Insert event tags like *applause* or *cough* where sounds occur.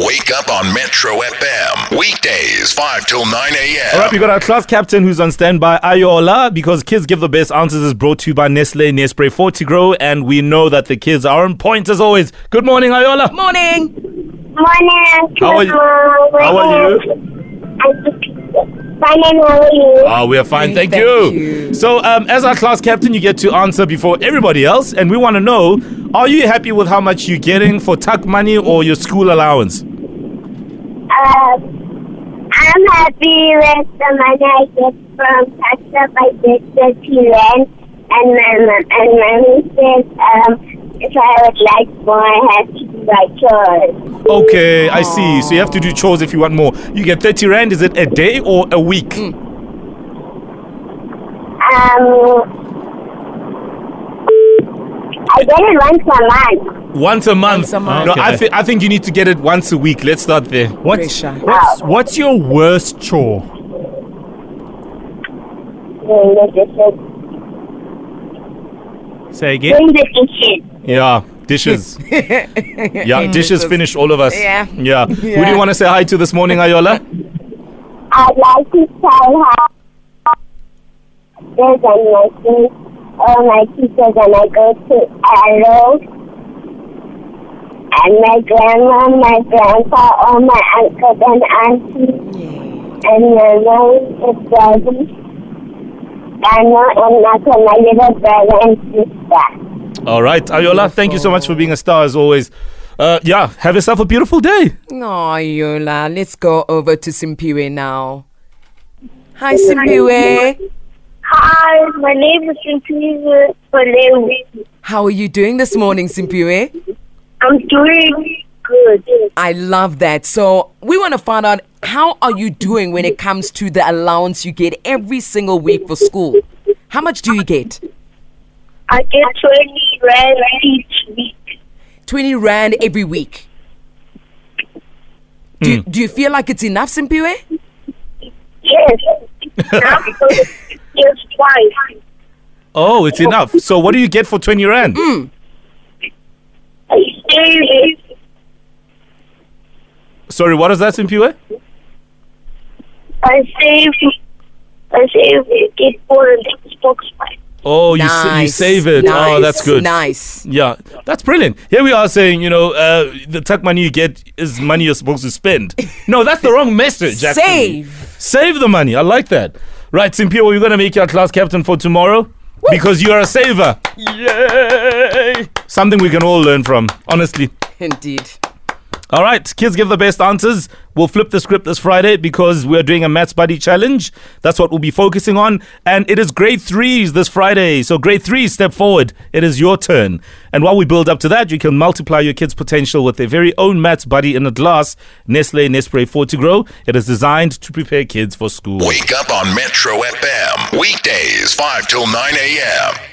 Wake up on Metro FM. Weekdays, 5 till 9 All right, a.m. we got our class captain who's on standby, Ayola, because Kids Give the Best Answers is brought to you by Nestle Nespray Fortigro, and we know that the kids are on point as always. Good morning, Ayola. Morning. Morning. How are you- how are you? I'm fine. How are you? Ah, we are fine, thank, Thank you. you. So, um, as our class captain, you get to answer before everybody else, and we want to know are you happy with how much you're getting for tuck money or your school allowance? Uh, I'm happy with the money I get from Taxa. I get 30 rand, and my mom and mommy says um, if I would like more, I have to do my chores. Okay, I see. So, you have to do chores if you want more. You get 30 Rand, is it a day or a week? Um, I get it once a month. Once a month. Once a month. No, Okay. I, thi- I think you need to get it once a week. Let's start there. What's, Pressure. what's what's your worst chore? Doing the dishes. Say again. Doing the dishes. Yeah, *laughs* dishes. yeah, dishes finished all of us. Yeah. Yeah. Who do Yeah. you want to say hi to this morning, *laughs* Ayola? I'd like to tell her there's a nursery. All my teachers and I go to Arrow. And my grandma, my grandpa, all my uncles and aunties, and my mom, my brother, Anna, and Michael, my little brother and sister. All right, Ayola, thank you so much for being a star as always. Uh, yeah, have yourself a beautiful day. No, Oh, Yola. Let's go over to Simpiwe now. Hi, Simpiwe. Hi, my name is Cynthia Balew. How are you doing this morning, Simpiwe? I'm doing good. I love that. So we want to find out how are you doing when it comes to the allowance you get every single week for school? How much do you get? I get 20 rand each week. 20 rand every week. Do, Hmm. do you feel like it's enough, Simpiwe? Yes. Just twice. Oh, it's enough. So, what do you get for 20 Rand? Mm. I stay with- Sorry, what is that, Simpiwe? I save. I save. it, Get four and six bucks. Oh, you, sa- you Nice, save it. oh, nice, that's good. Nice. Yeah, that's brilliant. Here we are saying, you know, uh, the tuck money you get is money you're supposed to spend. No, that's the wrong message. actually. Save. *laughs* Save the money. I like that. Right, Simpio, you're going to make your class captain for tomorrow because you're a saver. Yay! Something we can all learn from, honestly. Indeed. All right, kids give the best answers. We'll flip the script this Friday because we're doing a maths buddy challenge. That's what we'll be focusing on. And it is grade threes this Friday. So, grade threes, step forward. It is your turn. And while we build up to that, you can multiply your kids' potential with their very own maths buddy in a glass, Nestle Nespray Fortigro. It is designed to prepare kids for school. Wake up on Metro FM. Weekdays, 5 till 9 a.m.